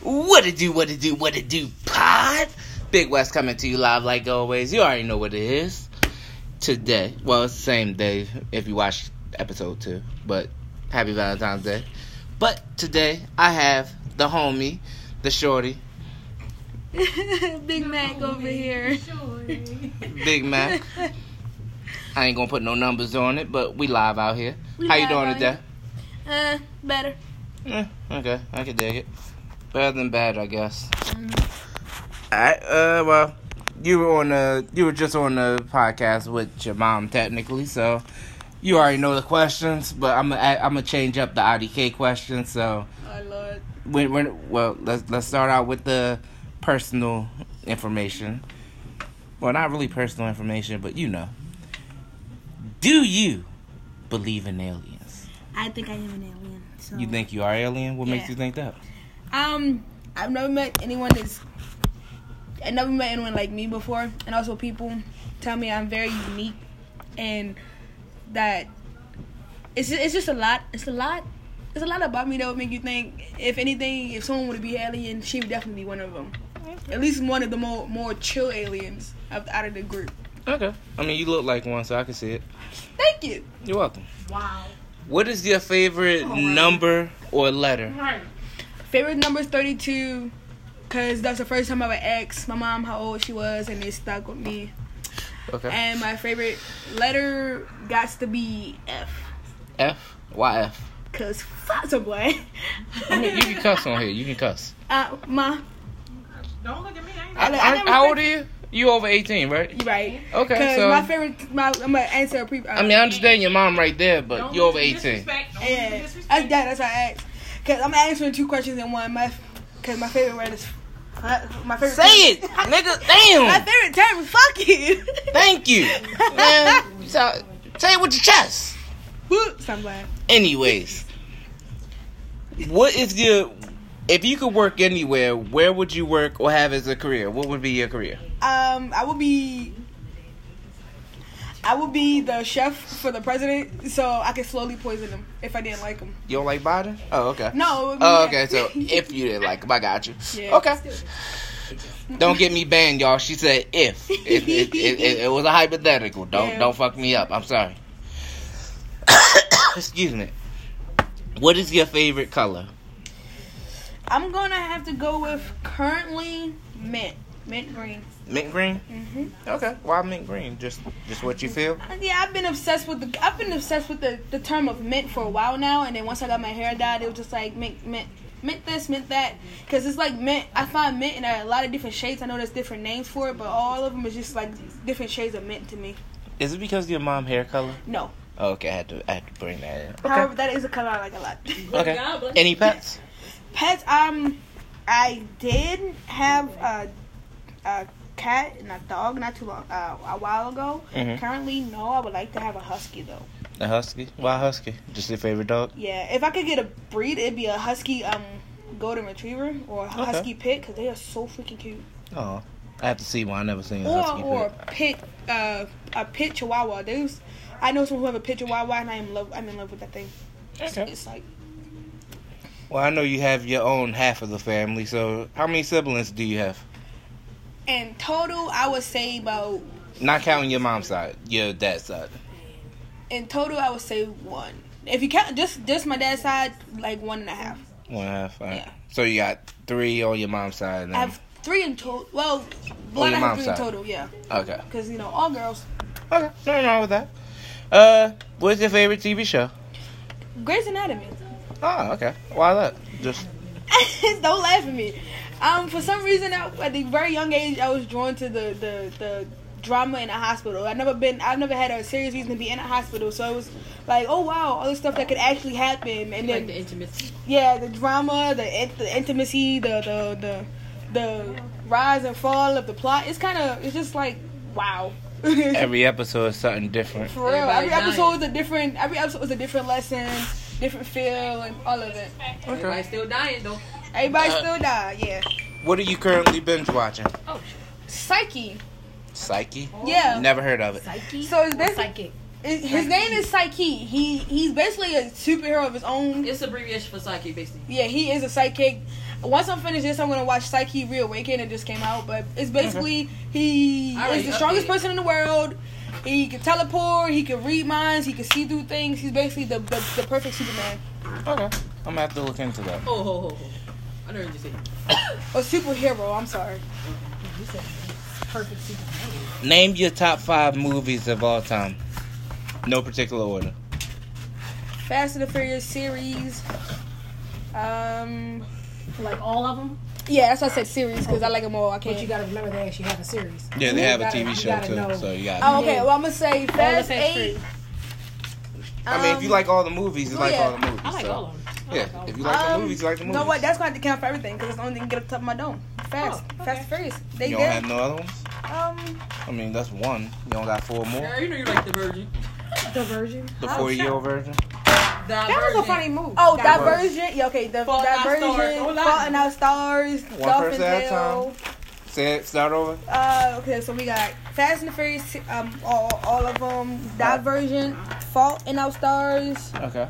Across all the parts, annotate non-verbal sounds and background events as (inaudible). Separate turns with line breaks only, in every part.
What it do, what it do, what it do, pod? Big West coming to you live like always. You already know what it is. Today, well, it's the same day if you watch episode two, but happy Valentine's Day. But today, I have the homie, the shorty,
(laughs) Big Mac over here.
Big Mac.
(laughs)
I ain't gonna put no numbers on it, but we live out here.
We
How you
live
doing
out
today?
Uh, better.
Eh, okay, I can dig it. Better than bad, I guess. Alright, uh, well, you were on the, you were just on the podcast with your mom, technically, so you already know the questions, but I'm gonna, I'm gonna change up the IDK questions, so
Oh Lord.
when, when, well, let's, let's start out with the personal information. Well, not really personal information, but you know. Do you believe in aliens?
I think I am an alien. So.
You think you are alien? What makes
Yeah.
you think that?
Um, I've never met anyone that's. I never met anyone like me before, and also people tell me I'm very unique, and that it's ju- it's just a lot. It's a lot. It's a lot about me that would make you think. If anything, if someone would be alien, she would definitely be one of them. At least one of the more more chill aliens of- out of the group.
Okay. I mean, you look like one, so I can see it.
Thank you.
You're welcome.
Wow.
What is your favorite number or letter?
Right.
Favorite number is 32 because that's the first time I ever asked my mom how old she was and it stuck with me.
Okay.
And my favorite letter got to be F
F. Why F?
because fuck some boy.
I mean,
(laughs)
you can cuss on here. You can cuss.
uh, ma,
Don't look at me. I ain't
I-
got-
I never
how old are you? You over 18, right?
you right.
Okay,
Because
so.
my favorite, my, I'm going to answer a pre. Uh,
I mean, I understand your mom right there, but
don't
you over
listen to
18.
disrespect. Don't listen to
yeah,
disrespect.
that's, that, that's why I asked. Because I'm answering two questions in one. My, Because my favorite word is. My favorite
Say it, nigga.
(laughs) My
Damn.
favorite term is fuck you.
Thank
(laughs)
you. Man, so, say it with your chest.
(laughs) Somebody.
Anyways, what is your? If you could work anywhere, where would you work or have as a career? What would be your career?
Um, I will be. I would be the chef for the president, so I could slowly poison him if I didn't like him.
You don't like Biden? Oh, okay.
No. it would be
Oh, okay.
bad. (laughs)
So if you didn't like him, I got you.
Yeah.
Okay. Don't get me banned, y'all. She said
(laughs)
if. It, it, it, it, it was a hypothetical. Don't
Yeah.
don't fuck me up. I'm sorry. (coughs) Excuse me. What is your favorite color?
I'm gonna have to go with currently mint, mint green.
Mint green.
hmm
Okay. Why mint green? Just just what you feel.
Yeah, I've been obsessed with the. I've been obsessed with the, the term of mint for a while now, and then once I got my hair dyed, it was just like mint, mint, mint this, mint that, because it's like mint. I find mint in a lot of different shades. I know there's different names for it, but all of them is just like different shades of mint to me.
Is it because of your mom hair color?
No,
Oh, Okay, I had to I had to bring that in.
however, that is a color I like a lot.
Okay. okay. Any pets?
Pets, um, I did have a, a cat and a dog not too long, uh, a while ago.
Mhm.
Currently, no. I would like to have a husky though.
A husky. Why husky? Just your favorite dog?
Yeah, if I could get a breed, it'd be a husky, um, golden retriever or a
Okay.
husky pit because they are so freaking cute.
Oh, I have to see one. I never seen a husky.
or or
pet.
a pit, uh, a pit chihuahua. There's, I know someone who have a pit chihuahua and I am love. I'm in love with that thing. It's-
Okay.
It's like
Well, I know you have your own half of the family, so how many siblings do you have?
in total, I would say about
Not counting your mom's side, your dad's side.
In total, I would say one. If you count just just my dad's side, like one and a half.
One half. all right.
Yeah.
So you got three on your mom's side. And
I have three in total. Well,
Oh, your
one I have
mom's
three
side.
in total. Yeah,
okay.
because you know all girls.
Okay. Nothing wrong with that. Uh, what's your favorite TV show?
Grey's Anatomy. (laughs)
Oh, okay. Why that? Just
Don't laugh at me. Um, for some reason, I, at the very young age, I was drawn to the the the drama in a hospital. I've never been. I've never had a serious reason to be in a hospital, so it was like, oh wow, all this stuff that could actually happen, and then
Like the intimacy.
Yeah, the drama, the in- the intimacy, the the the the rise and fall of the plot. It's kind of it's just like wow. For (laughs) real,
every episode is something different.
Everybody
every episode
dying.
is a different. Every episode is a different lesson, different feel, and all of it.
Everybody's still dying though.
Everybody still die. Yeah,
What are you currently binge watching?
Oh shit.
Psyche.
Psyche.
Yeah.
Never heard of it.
Oh, Psyche.
So is this-
psychic.
It- His name is Psyche. He he's basically a superhero of his own.
It's abbreviation for psychic, basically.
Yeah, he is a psychic. once I'm finished this, I'm gonna watch Psyche Reawaken. It just came out, but it's basically he
I already
is the strongest
updated.
person in the world. He can teleport. He can read minds. He can see through things. He's basically the the, the perfect Superman
Okay. I'm gonna have to look into that.
Oh, ho, ho, ho. I know what you said.
or superhero. I'm sorry. Perfect Superman.
Name your top five movies of all time. No particular order.
Fast and the Furious series. Um,
Like all of them,
yeah, that's why I said series because I like them all. I can't.
but you gotta remember they actually have a series.
Yeah, they
You
have a
gotta-
TV
you
show
gotta
too,
know. Um,
so you got.
Oh, okay. Well, I'm gonna say Fast
said
Eight.
I mean, if you like all the movies, you
oh,
like
yeah.
all the movies.
I like
so.
all of them. I
Yeah,
like all
if
of
you
them.
like the
Um,
movies, you like the
You
movies.
know what? That's gonna have to count for everything because it's the only thing that can get up top of my dome. Fast,
Oh, okay.
Fast and Furious. They
you
did.
don't have no other ones.
um,
I mean, that's one. You don't got four more.
Girl, you know you like the virgin.
The Virgin.
The
Oh,
four-year-old version.
That was a funny movie.
oh,
That was-
Divergent. Yeah, okay. The
Fault in Our Stars.
Divergent,
Don't lie.
Fault in Our Stars,
One
Dolphin
person at a
Tale.
Say it. Start over.
Uh, okay, so we got Fast and the Furious. Um, all, all of them. Divergent, Fault in Our Stars,
Okay.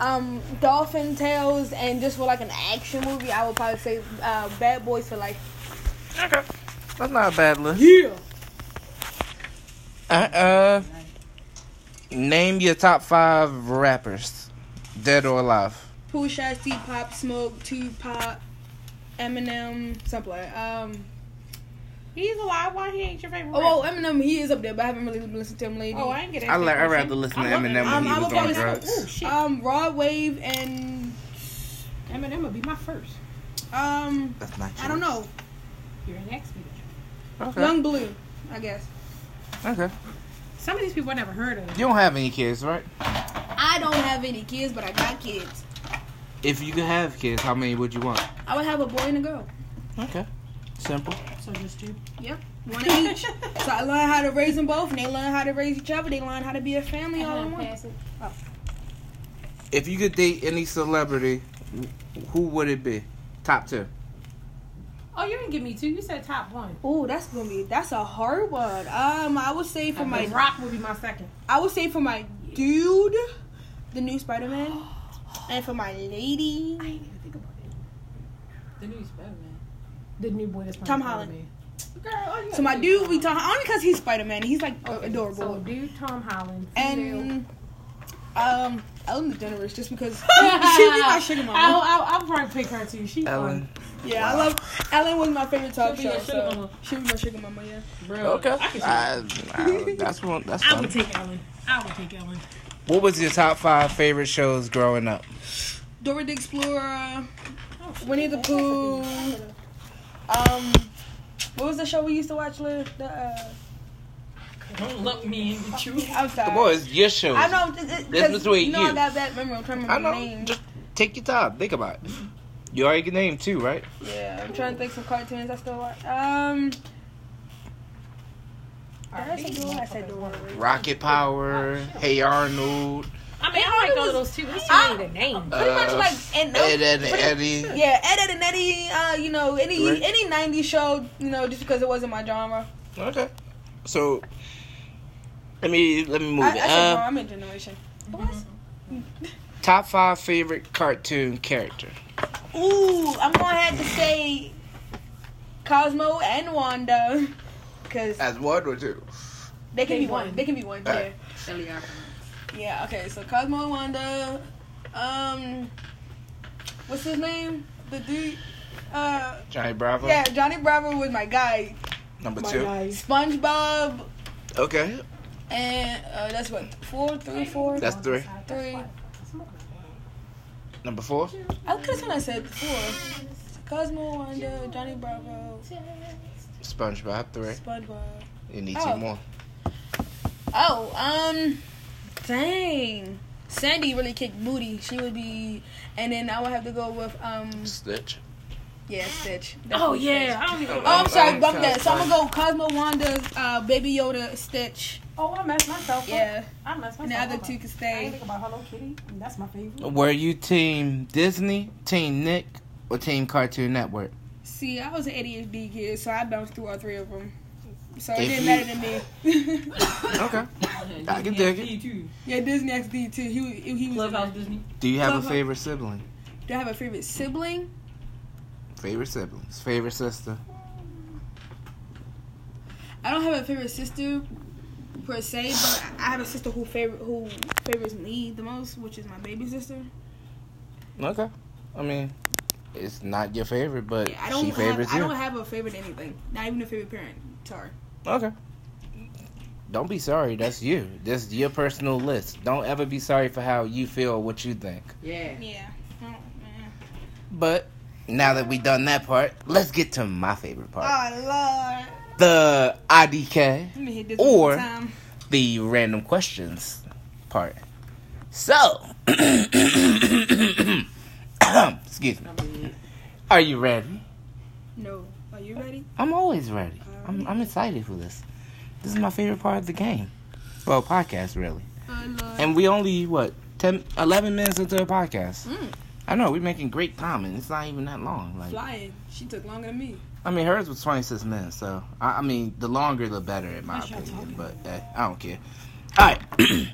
um, Dolphin Tales, and just for like an action movie, I would probably say uh, Bad Boys for Life.
Okay. That's not a bad list.
Yeah.
Uh, uh name your top five rappers, dead or alive.
Pooh T Pop, Smoke, Tupac, Eminem, something like that. Um,
He's alive. Why he ain't your favorite?
oh, well, Eminem, he is up there, but I haven't really been listening to him lately.
Oh,
ain't get
I like. I rather listen to
I'm looking-
Eminem when
I'm-
he
I'm
was
okay
on
with-
drugs.
shit.
Um, Raw Wave and
Eminem would be my first.
um,
That's not.
I don't know,
You're an ex me.
Okay.
Young Blue, I guess.
Okay.
Some of these people I never heard of.
You don't have any kids, right?
I don't have any kids, but I got kids.
If you could have kids, how many would you want?
I would have a boy and a girl,
Okay. Simple.
So just
(laughs)
two.
one of each. (laughs) so I learned how to raise them both, and they learn how to raise each other. They learn how to be a family all in one.
If you could date any celebrity, wh- who would it be? Top two.
Oh, you didn't give me two. You said top one.
Oh, that's gonna be that's a hard one. Um, I would say for my
Rock would be my second.
I would say for my dude, the new Spider Man, and for my lady,
didn't even think about it.
The new Spider-Man.
The new boy that's playing
Tom Holland.
Spider-Man.
Girl, all you
so my
gotta do
dude,
is come
we
on.
talk only because he's Spider Man. He's like a-
So
adorable,
dude, Tom Holland. female.
and um, Ellen DeGeneres just because (laughs) she she be my sugar mama.
I'll, I'll, I'll probably pick her too. She
Ellen.
fun.
Yeah, I love Ellen was my favorite talk
She'll be
show.
your sugar
So
mama.
she was my sugar mama. Yeah,
Bro,
Okay.
I can see
I, I, that's one. That's
I would
one.
take Ellen. I would take Ellen.
What was your top five favorite shows growing up?
Dora the Explorer, Winnie the Pooh. Um, what was the show we used to watch? Liv? The, uh,
Don't look me in the truth.
I'm sorry.
Come on, it's your show.
I know. It, it,
This
'cause
between
know I
you.
got bad memory. I'm trying to
I
remember
know.
names.
Just take your time. Think about it. You already can name two, right?
Yeah, I'm trying to think some cartoons I still watch. Um, I said Dora. I said Dora.
Rocket Power, Hey Arnold,
I mean,
It
I like
was-
all of those too. It's
I-
too many to name.
Pretty much
Uh,
like and
Ed, Ed, and Eddie.
yeah, Ed, Ed and Eddie. Uh, you know, any
Right.
any '90s show, you know, just because it wasn't my genre.
Okay. So let me let me move
I, I
it.
said
Uh,
genre, I'm in generation.
top five favorite cartoon character.
Ooh, I'm gonna have to say Cosmo and Wanda, because
As one or two.
they can
They
be one.
won.
They can be one. Yeah.
Alright.
Yeah, okay, so Cosmo and Wanda, um, what's his name? The dude, uh,
Johnny Bravo.
yeah, Johnny Bravo was my guy.
Number
My
two.
guys.
SpongeBob,
Okay.
and uh, that's what, four, three, four?
That's three.
three.
Number four.
I could have sworn I said four. Cosmo, Wanda, Johnny Bravo,
SpongeBob. Three.
SpongeBob.
You need
Oh.
two more.
Oh, um, dang. Sandy really kicked booty. She would be, and then I would have to go with, um,
Stitch.
yeah, Stitch.
Oh
Definitely Stitch.
yeah, I don't even.
Oh, I'm sorry,
I'm
bump
sorry,
that. So I'm
sorry.
gonna go Cosmo, Wanda, uh, Baby Yoda, Stitch.
Oh, I messed myself up.
Yeah,
I messed myself
and the other
up.
two can
I ain't
stay.
think about Hello Kitty. That's my favorite.
Were you team Disney, team Nick, or team Cartoon Network?
See, I was an ADHD kid, so I bounced through all three of them. So it
If
didn't
you-
matter to me.
(coughs) Okay.
(laughs)
I can dig it.
yeah, Disney XD too. He was- he was.
Clubhouse Disney.
Uh-huh.
Do you have a
Love her.
favorite sibling?
Do I have a favorite sibling?
Favorite siblings. Favorite sister.
I don't have a favorite sister per se, but I I have a sister who favor who favors me the most, which is my baby sister.
Okay. I mean, it's not your favorite, but
Yeah, I don't
she
have
favors
I
you.
don't have a favorite anything. Not even a favorite parent. Sorry.
Okay. Don't be sorry. That's you. That's your personal list. Don't ever be sorry for how you feel or what you think.
Yeah.
Yeah. I don't- eh.
But now that we done that part, let's get to my favorite part.
Oh Lord.
The IDK,
Let me hit this
Or-
one more time.
the random questions part. So, (coughs) excuse me. Are you ready?
No. Are you ready?
I'm always ready. I'm, I'm excited for this. This is my favorite part of the game. Well, podcast, really.
Oh Lord.
And we only, what, 10, 11 minutes into the podcast.
Mm.
I know, we're making great time, and it's not even that long. Like,
Flying. She took longer than me.
I mean, hers was 26 minutes, so I, I mean, the longer the better, in my
That's your
opinion. But eh, I don't care. All right, (clears throat)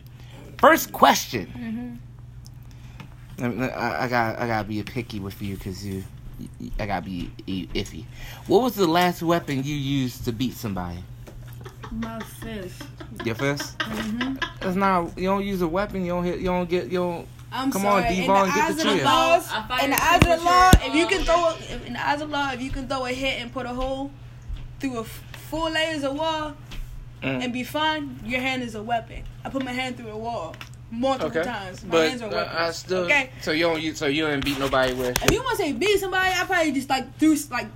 first question. Let me- I, I got I gotta be picky with you because you, you- I gotta be i- iffy. What was the last weapon you used to beat somebody?
My fist.
Your fist. That's not. You don't use a weapon. You don't hit. You don't get. You don't.
I'm
Come on,
sorry. in
Devon,
the
get the
eyes of
chair.
the laws,
I fired
in the
the
eyes of the
signature,
law, if you
um,
can throw, a, if, in the eyes of the law, if you can throw a hit and put a hole through a f- four layers of wall
Mm.
and be fine, your hand is a weapon. I put my hand through a wall multiple times. My hands are weapons. okay.
So you don't. use- So you didn't beat nobody with.
If you want to say beat somebody, I probably just like threw s- like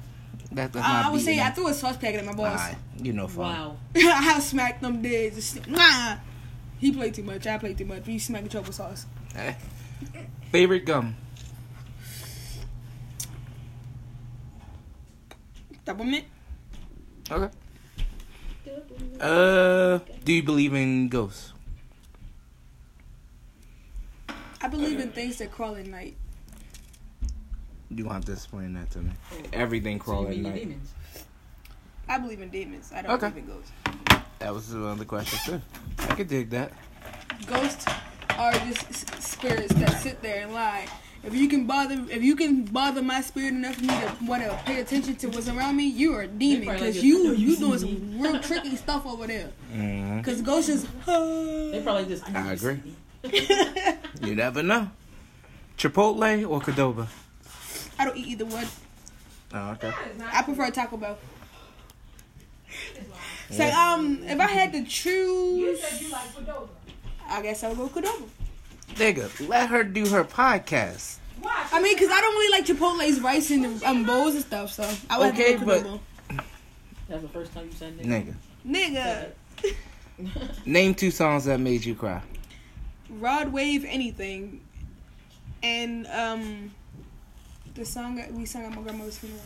That, that's
I,
not
I would say
beating.
I threw a sauce packet at my boss.
Alright, You know, fun.
Wow.
(laughs) I smacked them dead. Just, nah. He played too much. I played too much. We smacked each other with sauce.
Favorite gum.
Peppermint.
Okay. Uh, do you believe in ghosts?
I believe in things that crawl at night.
You want to explain that to me?
Oh.
Everything
So you
crawling
mean
at night.
demons?
I believe in demons. I don't
Okay.
believe in ghosts.
That was another question too. I could dig that.
Ghosts are just s- spirits that sit there and lie. If you can bother, if you can bother my spirit enough for me to want to pay attention to what's around me, you are a demon
probably
because
like, "I
you
know you
you
see
doing
me."
some real tricky stuff over there.
Mm,
Because ghosts is
They probably just.
I agree. you never know. Chipotle or Cadoba?
I don't eat either one.
Oh, okay.
I prefer Taco Bell. So um, if I had to choose, I guess I would go Cordova.
Nigga, let her do her podcast.
I mean, cause I don't really like Chipotle's rice and um, bowls and stuff, so I would
Okay,
have to go
but-
Cordova.
That's the first time you said that.
Nigga,
Nigga,
name two songs that made you cry.
Rod Wave anything, and um, the song that we sung at my grandmother's funeral.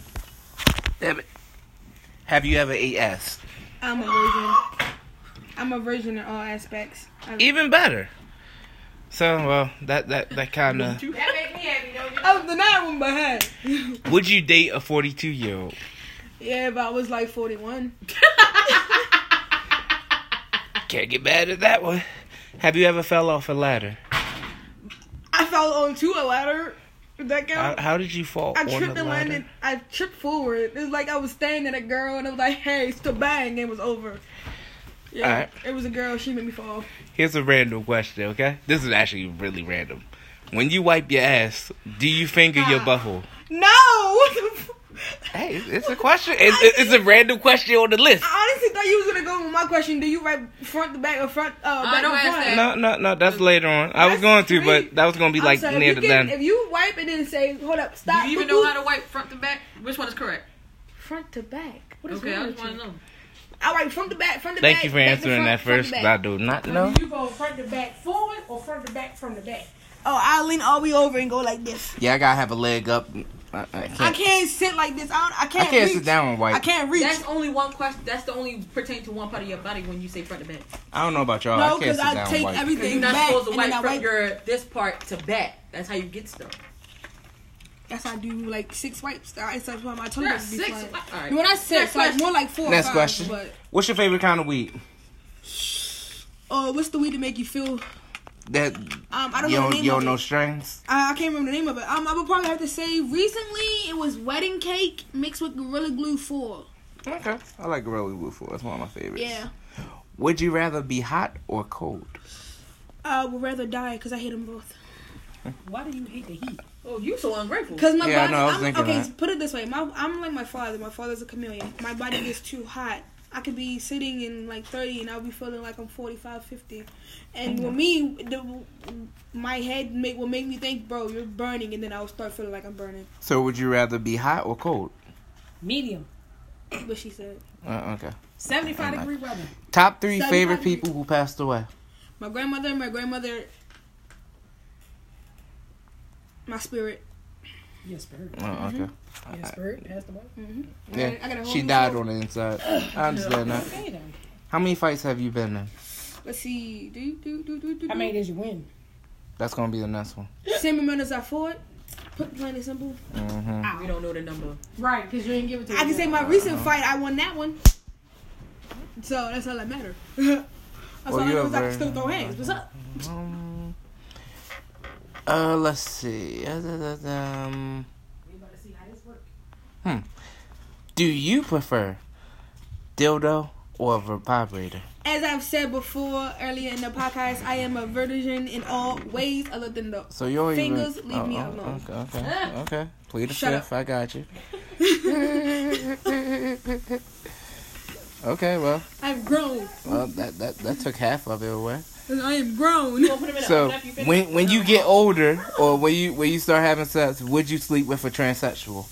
Damn it. Have you ever ate ass?
I'm a virgin. I'm a virgin in all aspects. I-
Even better. So, well, that that that kind of.
I'm the nine one behind.
Would you date a 42 year old?
Yeah, but I was like 41.
Can't get mad at that one. Have you ever fell off a ladder?
I fell onto a ladder. Did that count?
How, how did you fall
I
on
tripped
the
and
ladder?
landed. I tripped forward. It was like I was staring at a girl, and I was like, "Hey, still bang!" And it was over. Yeah,
Alright.
it was a girl. She made me fall.
Here's a random question, okay? This is actually really random. When you wipe your ass, do you finger your
Ah.
butthole?
(laughs)
No, what the f-
Hey, it's- it's a question. It's, it's- it's a random question on the list.
I honestly thought you was gonna go with my question. Do you right front to back or front? Uh, back
don't
to
ask
front?
that.
No, no, no. That's later on. I was
That's
going to,
great.
but that was going to be
I'm
like
sorry,
near
if
the
you can-
end.
If you wipe and then say, "Hold up, stop,"
Do you even
boo-boo,
know how to wipe front to back? Which one is correct?
front to back. What is
Okay,
wrong
I
with
just want
you?
to know.
I wipe front to back, front to back.
Thank you for
back to
answering
front,
that
front to
first.
back.
I do not know.
Do you go front to back forward or front to back from the back?
Oh, I lean all the way over and go like this.
Yeah, I gotta have a leg up. I, I can't.
I can't sit like this. I, don't, I can't. reach.
down and wipe.
I can't reach.
That's only one question. That's the only pertain to one part of your body when you say front to back.
I don't know about y'all.
no, because I, take
Because you're
everything
not
back
supposed to
and then
wipe
I
from
wipe.
your this part to back. That's how you get stuff.
That's how I do like six wipes. I instead of my
There are
toes be
six.
flying.
All right.
When I six,
Next
like
question.
more like four. or
Next
five,
question.
But
What's your favorite kind of weed?
uh, oh, what's the weed to make you feel
That
Um, I don't
you
know the
don't,
name
you
of
don't
it.
know strings.
I, I can't remember the name of it. Um, I would probably have to say recently it was wedding cake mixed with Gorilla Glue Four.
Okay, I like Gorilla Glue Four. It's one of my favorites.
Yeah.
Would you rather be hot or cold?
I would rather die because I hate them both.
Why do you hate the heat?
Oh, you so ungrateful.
Cause my
Yeah, I
body,
know, I was
I'm,
thinking
okay,
that.
put it this way, my I'm like my father. My father's a chameleon. My body gets too hot. I could be sitting in like 30 and I'll be feeling like I'm 45, 50. And
Mm-hmm.
with me, the, my head make, will make me think, bro, you're burning, and then I'll start feeling like I'm burning.
So would you rather be hot or cold?
Medium.
What she said.
Uh, okay.
75 degree weather.
Top three
Seventy-five
favorite
degrees.
people who passed away.
My grandmother, my grandmother, my spirit.
Yes, bird.
Oh, okay.
Yes, bird. That's the one.
Mm-hmm. I
Yeah,
gotta- I gotta
she
hold
died on
myself.
the inside.
(coughs)
I understand that.
Okay, then.
How many fights have you been in?
Let's see. Do, do, do, do, do,
How many did you win?
That's gonna be the next one.
do. Same amount as I fought. Put plain and simple.
hmm
we don't know the number.
Right, because you didn't give it to
I can say my recent fight, I won that one. So that's all that matter. (laughs) that's
Well,
all I
you
know
a
is I can
very-
still throw hands. What's up?
Um, uh, let's see. Uh, da, da, da, Um, hmm. Do you prefer dildo or vibrator?
As I've said before earlier in the podcast, I am a virgin in all ways other than the.
So you already Oh,
Fingers, leave me alone.
Okay,
(laughs)
okay, okay. Plead the
Shut
fifth. I got
(laughs)
you. (laughs) okay, well,
I'm grown.
well, that that that took half of it away.
I am grown.
Well, put him in
So
a, you finish.
when when you get older, or when you when you start having sex, would you sleep with a transsexual?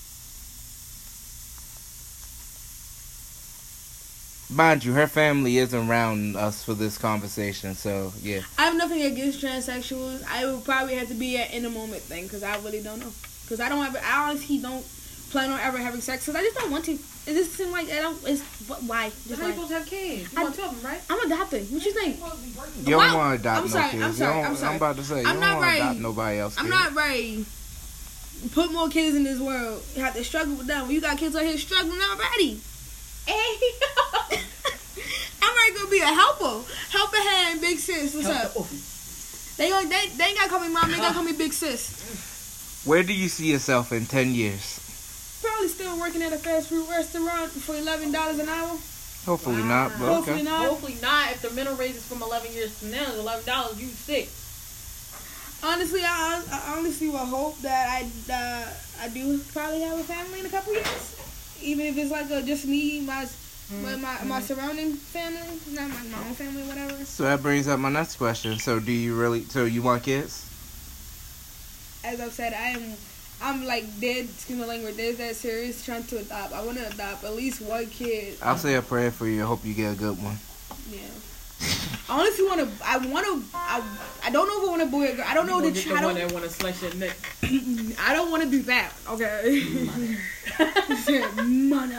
Mind you, her family isn't around us for this conversation, so yeah.
(laughs) I have nothing against transsexuals. I would probably have to be an in the moment thing because I really don't know. Because I don't have. I honestly don't plan on ever having sex because I just don't want to. It just seems like I don't. It's what, why?
How
Just
you
why?
supposed to have kids? You
I-
want two of them, right?
I'm adopting. What you think?
You don't
Why-
want to adopt
I'm
no
sorry,
kids.
I'm sorry,
you don't,
I'm sorry.
about to say you
I'm
don't
not
want to adopt
ready.
nobody else.
I'm
kid.
not ready. Put more kids in this world. You have to struggle with them. When you got kids out here struggling already. (laughs) Hey. I'm ready to be a helper. Help a hand, big sis. What's
Help
up?
the orphans.
They, gonna, they, they ain't got to call me mom. They got to call me big sis.
Where do you see yourself in ten years?
Probably still working at a fast food restaurant for $11 an hour.
Hopefully not, but
Uh, Hopefully
okay.
not.
Hopefully not. If the minimum raise is from 11 years to now, it's 11 dollars. You sick.
Honestly, I, I honestly will hope that I, uh, I do probably have a family in a couple years. Even if it's like a, just me, my, my, my,
Mm-hmm.
my surrounding family, not my, my own family, whatever.
So that brings up my next question. So do you really? So you want kids?
as I've said, I am, I'm like dead. Excuse my language. There's that serious trying to adopt. I want to adopt at least one kid.
I'll say a prayer for you. I hope you get a good one.
(laughs)
Yeah. I honestly want to. I want to. I, I don't know if I want a boy or girl. I don't know
You
the.
gonna get
Ch- I
one
don't.
that want to slash your (laughs) neck.
I don't want to do that. Okay. (laughs)
(laughs)
Mother.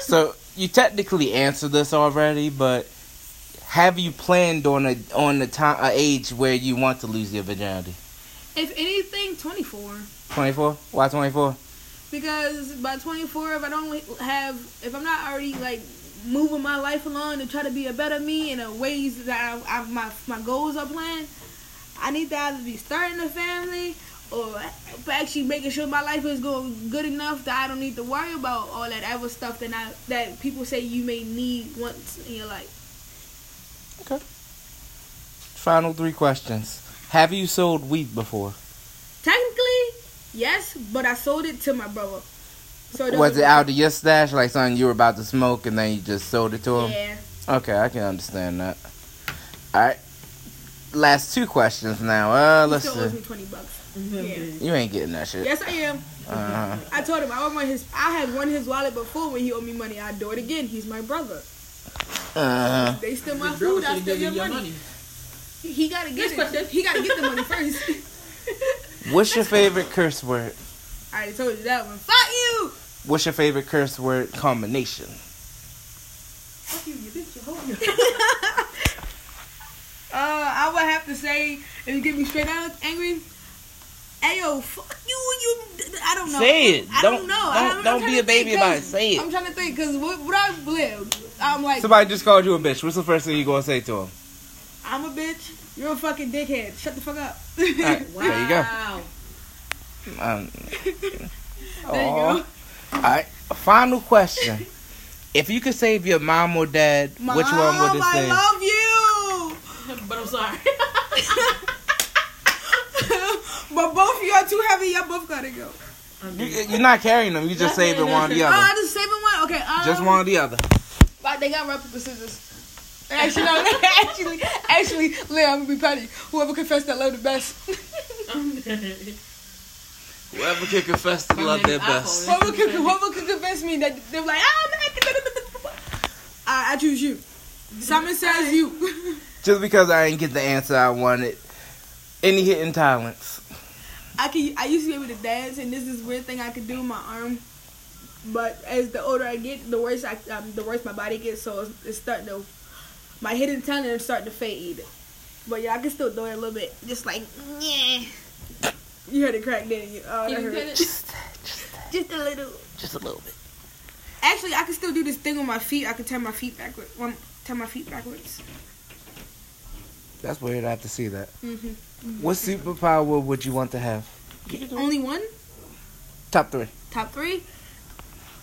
So you technically answered this already, but have you planned on a on the time a age where you want to lose your virginity?
If anything, 24.
Twenty four? Why twenty four?
Because by 24, if I don't have, if I'm not already like moving my life along to try to be a better me in a ways that I, I my my goals are planned, I need to either be starting a family or actually making sure my life is going good enough that I don't need to worry about all that other stuff that I, that people say you may need once in your life.
Final three questions. Have you sold weed before?
Technically, yes, but I sold it to my brother. So doesn't-
Was it out of your stash, like something you were about to smoke, and then you just sold it to him?
Yeah.
Okay, I can understand that. All right, last two questions now. Uh,
He
let's
still owes me
see.
20 bucks.
Mhm.
You ain't getting that shit.
Yes, I am.
Uh-huh.
I told him I want his. I had won his wallet before when he owed me money. I do it again. He's my brother.
Uh-huh.
They steal my
Your brother
food. I
should've
steal
given
your
you
money. He gotta get
Next
it.
question.
He gotta get the money first.
(laughs)
What's your favorite curse word?
I already told you that one. Fuck you. (laughs)
What's your favorite curse word combination?
Fuck you, you bitch, you hoe.
Uh, I would have to say if you get me straight out angry. Ayo, fuck you. You. I don't know.
Say it.
I
Don't-
don't, know. I-
don't-
I'm
don't
trying
be a
to
baby
think,
about it.
'cause
Say it.
I'm trying to think because what, what I've lived, I'm like
Somebody just called you a bitch. What's the first thing you gonna say to him?
I'm a bitch. You're a fucking dickhead. Shut the fuck up. (laughs)
Alright.
Wow.
There you go.
(laughs)
Um,
go.
All right. Final question. if you could save your mom or dad,
Mom,
which one would it
I
save? (laughs)
love you.
But I'm sorry.
but both of y'all too heavy. Y'all both gotta go.
You, you're not carrying them. You just saving one or the
Oh, I
other.
just saving one. Okay. Um,
Just one or the other.
But they got rock paper scissors. Actually, no, (laughs) actually, actually, Leah, I'm gonna be petty. Whoever confessed that love the best. (laughs)
Whoever can confess to love their best.
whoever could, whoever could convince me that they were like, oh man, (laughs) I, I choose you. Simon says you. (laughs)
Just because I didn't get the answer I wanted. Any hidden talents?
I can. I used to be able to dance, and this is weird thing I could do with my arm. But as the older I get, the worse I, um, the worse my body gets. So it's, it's starting to, my hidden talent is starting to fade. But yeah, I can still do it a little bit, just like yeah. You heard it crack, didn't you? Oh, that
You
hurt.
did
(laughs)
it.
Just a little.
Just a little bit.
Actually, I can still do this thing with my feet. I can turn my feet backwards. One, turn my feet backwards.
That's weird. I have to see that.
hmm
What superpower would you want to have?
Mm-hmm.
Only one.
Top three.
Top three.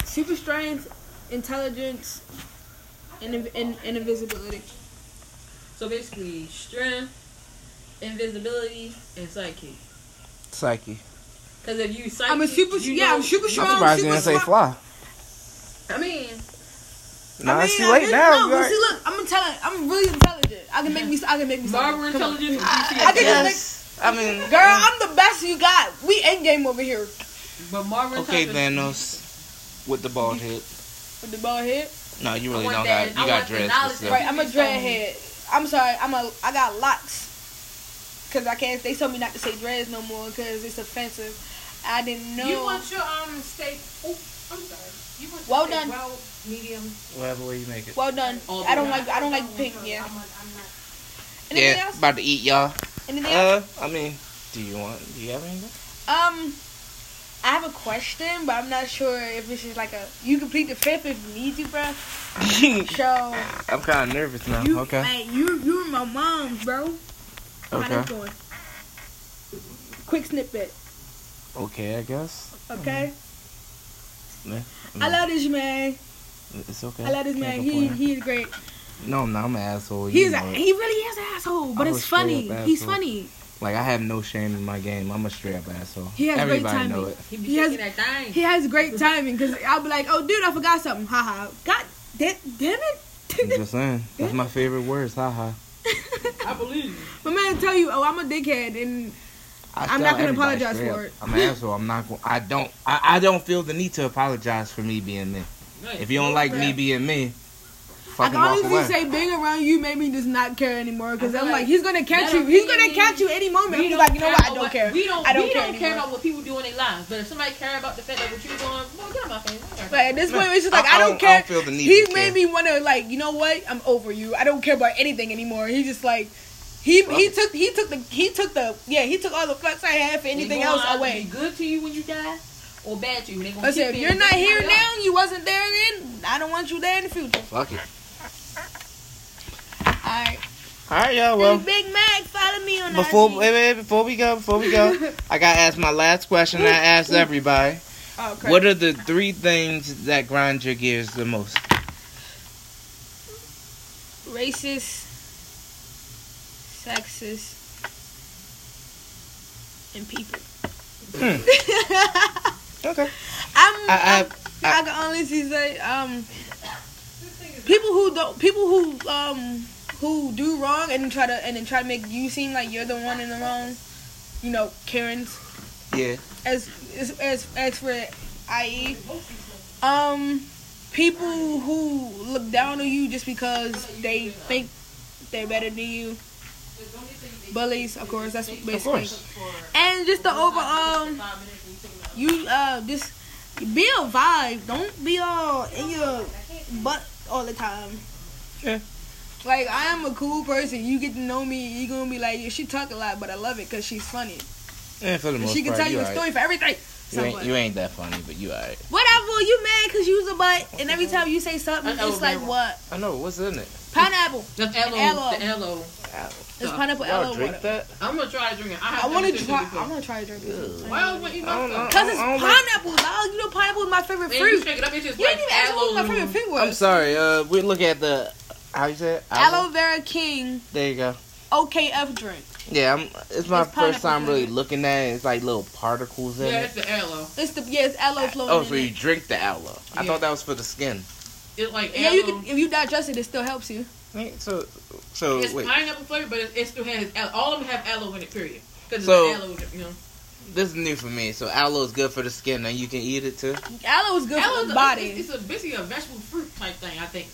Super strength, intelligence, and, inv- and, and invisibility.
(laughs) So basically, strength, invisibility, and psyche.
Psyche.
Because if you psyche,
I'm a super.
you
yeah,
know-
I'm super
you
I'm
strong.
surprised you
super
didn't say
smart.
fly.
I mean,
No,
I
it's
mean,
too late
I-
now.
No,
you
but
already-
see, look, I'm intelligent. I'm really intelligent. I can make me. I can make me.
Barbara
something. Come on.
intelligent.
I- I can just make-
Yes. I mean,
Girl, I'm the best you got. We end game over here
But Marvin
(laughs) Okay,
intelligent.
Thanos, with the bald head.
with the bald head.
No, you really
I want
don't got.
that-
You
I
got
want the
dressed.
knowledge
and stuff.
Right, I'm a
Please don't.
dreadhead. I'm sorry, I'm a I got locks. Cause I can't. They told me not to say dreads no more because it's offensive. I didn't know.
You want your um steak? Oh, I'm sorry. You want your
Well
steak
done.
Well, medium.
Whatever way you make it.
well done.
All
I don't
black.
like. I don't like
want
pink.
her.
Yeah.
I'm, not- I'm not.
Anything
yeah,
else?
about to eat y'all.
Anything else?
Uh, I mean, do you want? Do you have anything?
Um, I have a question, but I'm not sure if this is like a. You complete the fifth if you need to, bro. (laughs) So
I'm kind of nervous now.
you,
okay.
hey, you, you my mom, bro. How
Okay.
this going? Quick snippet,
Okay, I guess.
okay?
Yeah,
I love this man.
It's okay.
I love this
Can't
man. He
complain.
he is great.
No, no, I'm an asshole. you
He's a,
know it.
he really is an asshole, but
I'm a
it's funny.
straight up
He's
asshole.
funny.
Like I have no shame in my game. I'm a straight up asshole.
He has great
Everybody know
timing.
it.
He be
He has-
shaking that thing.
He has great timing because I'll be like, "Oh, dude, I forgot something." Haha. God, da- damn
I'm
it.
just saying. That's my favorite words. Haha.
I believe you.
(laughs) My man tell you, "Oh, I'm a dickhead," and
I
I'm
tell
not gonna
everybody
apologize
straight
for
up,
it.
I'm an asshole. I'm not. Gonna, I don't. I, I don't feel the need to apologize for me being me. If you don't like me being me,
I
fucking
can
walk
honestly
away.
say being around you made me just not care anymore because
I feel
I'm like,
like
he's gonna catch
that
you. He's gonna
opinion
catch you any moment. He's like, you know what? I
about
don't care.
We don't,
I don't
we
care
don't care
anymore.
about what people do in their lives. But if somebody care about the fact that what you're doing, well, get on my face.
Like at this point, it's just like
I-
I,
I
don't,
don't- I
care.
don't feel the need
he
to
made
care.
me want to like, you know what? I'm over you. I don't care about anything anymore. He just like, he he
Fuck.
took he took the he took the yeah he took all the fucks I had for anything
They gonna
else
either Be
away.
good to you when you die, or bad to you. They gonna
I said, if
keep it.
you're not
They
here
gonna
now, you wasn't there then. I don't want you there in the future.
Fuck it.
All right.
All right, y'all.
Well,
Oh, Well,
Big Mac, follow me on
before
IG.
wait, wait, before we go, before we go, I gotta ask my last question. I asked everybody.
Oh, crap.
What are the three things that grind your gears the most?
racist, sexist, and people. (laughs)
Hmm. Okay.
I'm,
I- I-
I, I, I, can honestly say, um, people who don't, people who, um, who do wrong and then try to and then try to make you seem like you're the one in the wrong, you know, Karens.
Yeah.
As as as, as for IE, um, people who look down on you just because they think they're better than you. Bullies, of course. That's basically.
Of course.
And just the overall, you uh, just be a vibe. Don't be all in your butt all the time.
Yeah.
Like I am a cool person. You get to know me, you gonna be like, yeah, she talk a lot, but I love it because she's funny.
Yeah, for the
And
most
she can
part,
tell
you,
you a
alright.
story for everything.
You ain't,
Somewhat.
you ain't that funny, but you alright.
Whatever. You mad because you was a butt, and every time you say something,
An
it's like
elbow.
what
I know. What's in it?
pineapple.
The aloe,
Aloe.
the aloe.
out.
It's pineapple
Y'all
aloe
drink
water.
that?
I'm gonna try to drink it. I,
I
have
want
done
to
this
try.
before.
I want to try to drink it.
Why else would you
I
eat my
don't know.
stuff?
Cause it's
I don't-
pineapple, dog. You know pineapple is my favorite
Man, you
fruit.
shake it up, it's just
You
like
didn't even ask me what my favorite
aloe.
fruit was.
I'm sorry. Uh, we look at the how you say it?
Aloe Vera King
There you go.
OKF drink.
Yeah, I'm, it's my
It's
first
pineapple
time really
flavored.
looking at it. It's like little particles in
Yeah,
it.
it's the aloe.
It's the yeah, it's aloe floating.
Oh, so
in
you
it.
drink the aloe? I
Yeah.
thought that was for the skin.
It's like aloe.
yeah, you can if you digest it, it still helps you.
Wait, So, so
It's
wait.
pineapple flavor, but it, it still has aloe. All of them have aloe in it. Period. Because
So-
it's an aloe. You know,
This is new for me. So aloe is good for the skin, and you can eat it too.
Aloe is good for
aloe
the
body.
body.
It's, it's a basically a vegetable fruit type thing. I think.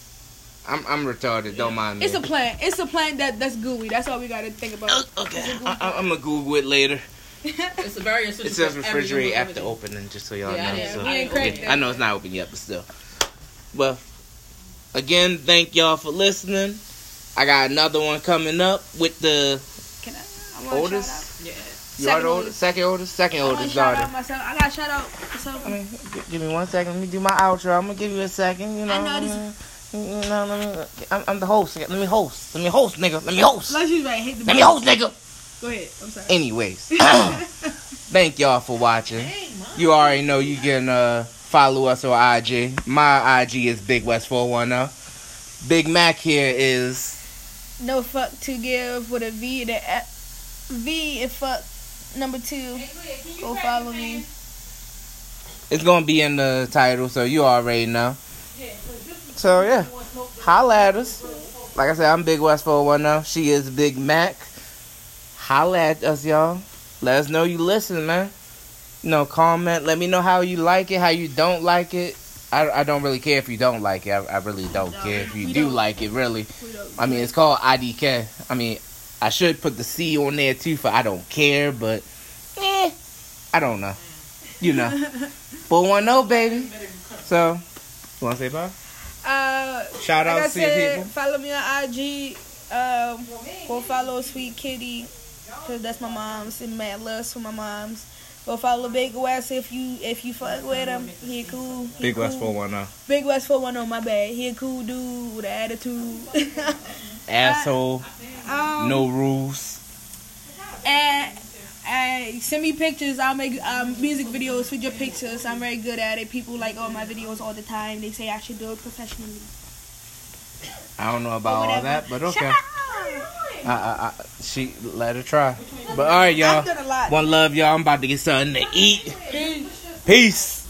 I'm I'm retarded. Don't mind me.
It's a plant. It's a plant that that's gooey. That's all we gotta think
Oh,
about.
okay. I, I- I'm gonna Google it later.
It's a very.
It says refrigerate after opening, just so y'all
Yeah,
know.
yeah,
so.
we ain't cracked
Yeah, I know it's not open yet, but still. Well, again, thank y'all for listening. I got another one coming up with the
Can I? I wanna shout out.
oldest.
Yeah.
You are
Second
the oldest,
oldest.
second oldest, second
I wanna
oldest
shout
daughter.
out myself. I gotta shout out myself.
I mean, g- give me one second. Let me do my outro. I'm gonna give you a second. You know.
I know
what
this-
mean? You know, let me, I'm, I'm the host. Let me host. Let me host, nigga. Let me host.
Let's use right. Hit the
Let me host, nigga.
Go ahead. I'm sorry.
(laughs) Anyways, (coughs) thank y'all for watching. You already know you can uh, follow us on IG. My IG is Big West 410. Big Mac here is
No fuck to give with a V and a V and fuck number two. Go follow me.
it's gonna be in the title, so you already know. So yeah, holla at us. Like I said, I'm Big West 410. She is Big Mac. Holla at us, y'all. Let us know you listen, man. You know, comment. Let me know how you like it, how you don't like it. I, I don't really care if you don't like it. I, I really don't
No,
care if you
we
do
don't.
like it, really.
We don't-
I mean, it's called IDK. I mean, I should put the C on there too for I don't care, but eh, I don't know. You know.
(laughs)
410, baby. So, you want to say bye?
Uh,
Shout
like I
out to your
said,
people.
follow me on IG. Um, go follow Sweet Kitty, cause that's my mom's, and Mad Lust for my mom's. Go follow Big West if you if you fuck with him. He a cool. he
Big West oh.
cool. Uh,
410.
Big West 410, my bad. He a cool dude with an attitude. (laughs)
Asshole,
um,
no rules.
And, and send me pictures. I'll make um, music videos with your pictures. I'm very good at it. People like all my videos all the time. They say I should do it professionally.
I don't know
or
about all
whatever.
that, but okay.
Shut
I,
up.
I, I, she let her try. But all right, y'all.
I've done a lot.
One love, y'all. I'm about to get something to eat. Peace.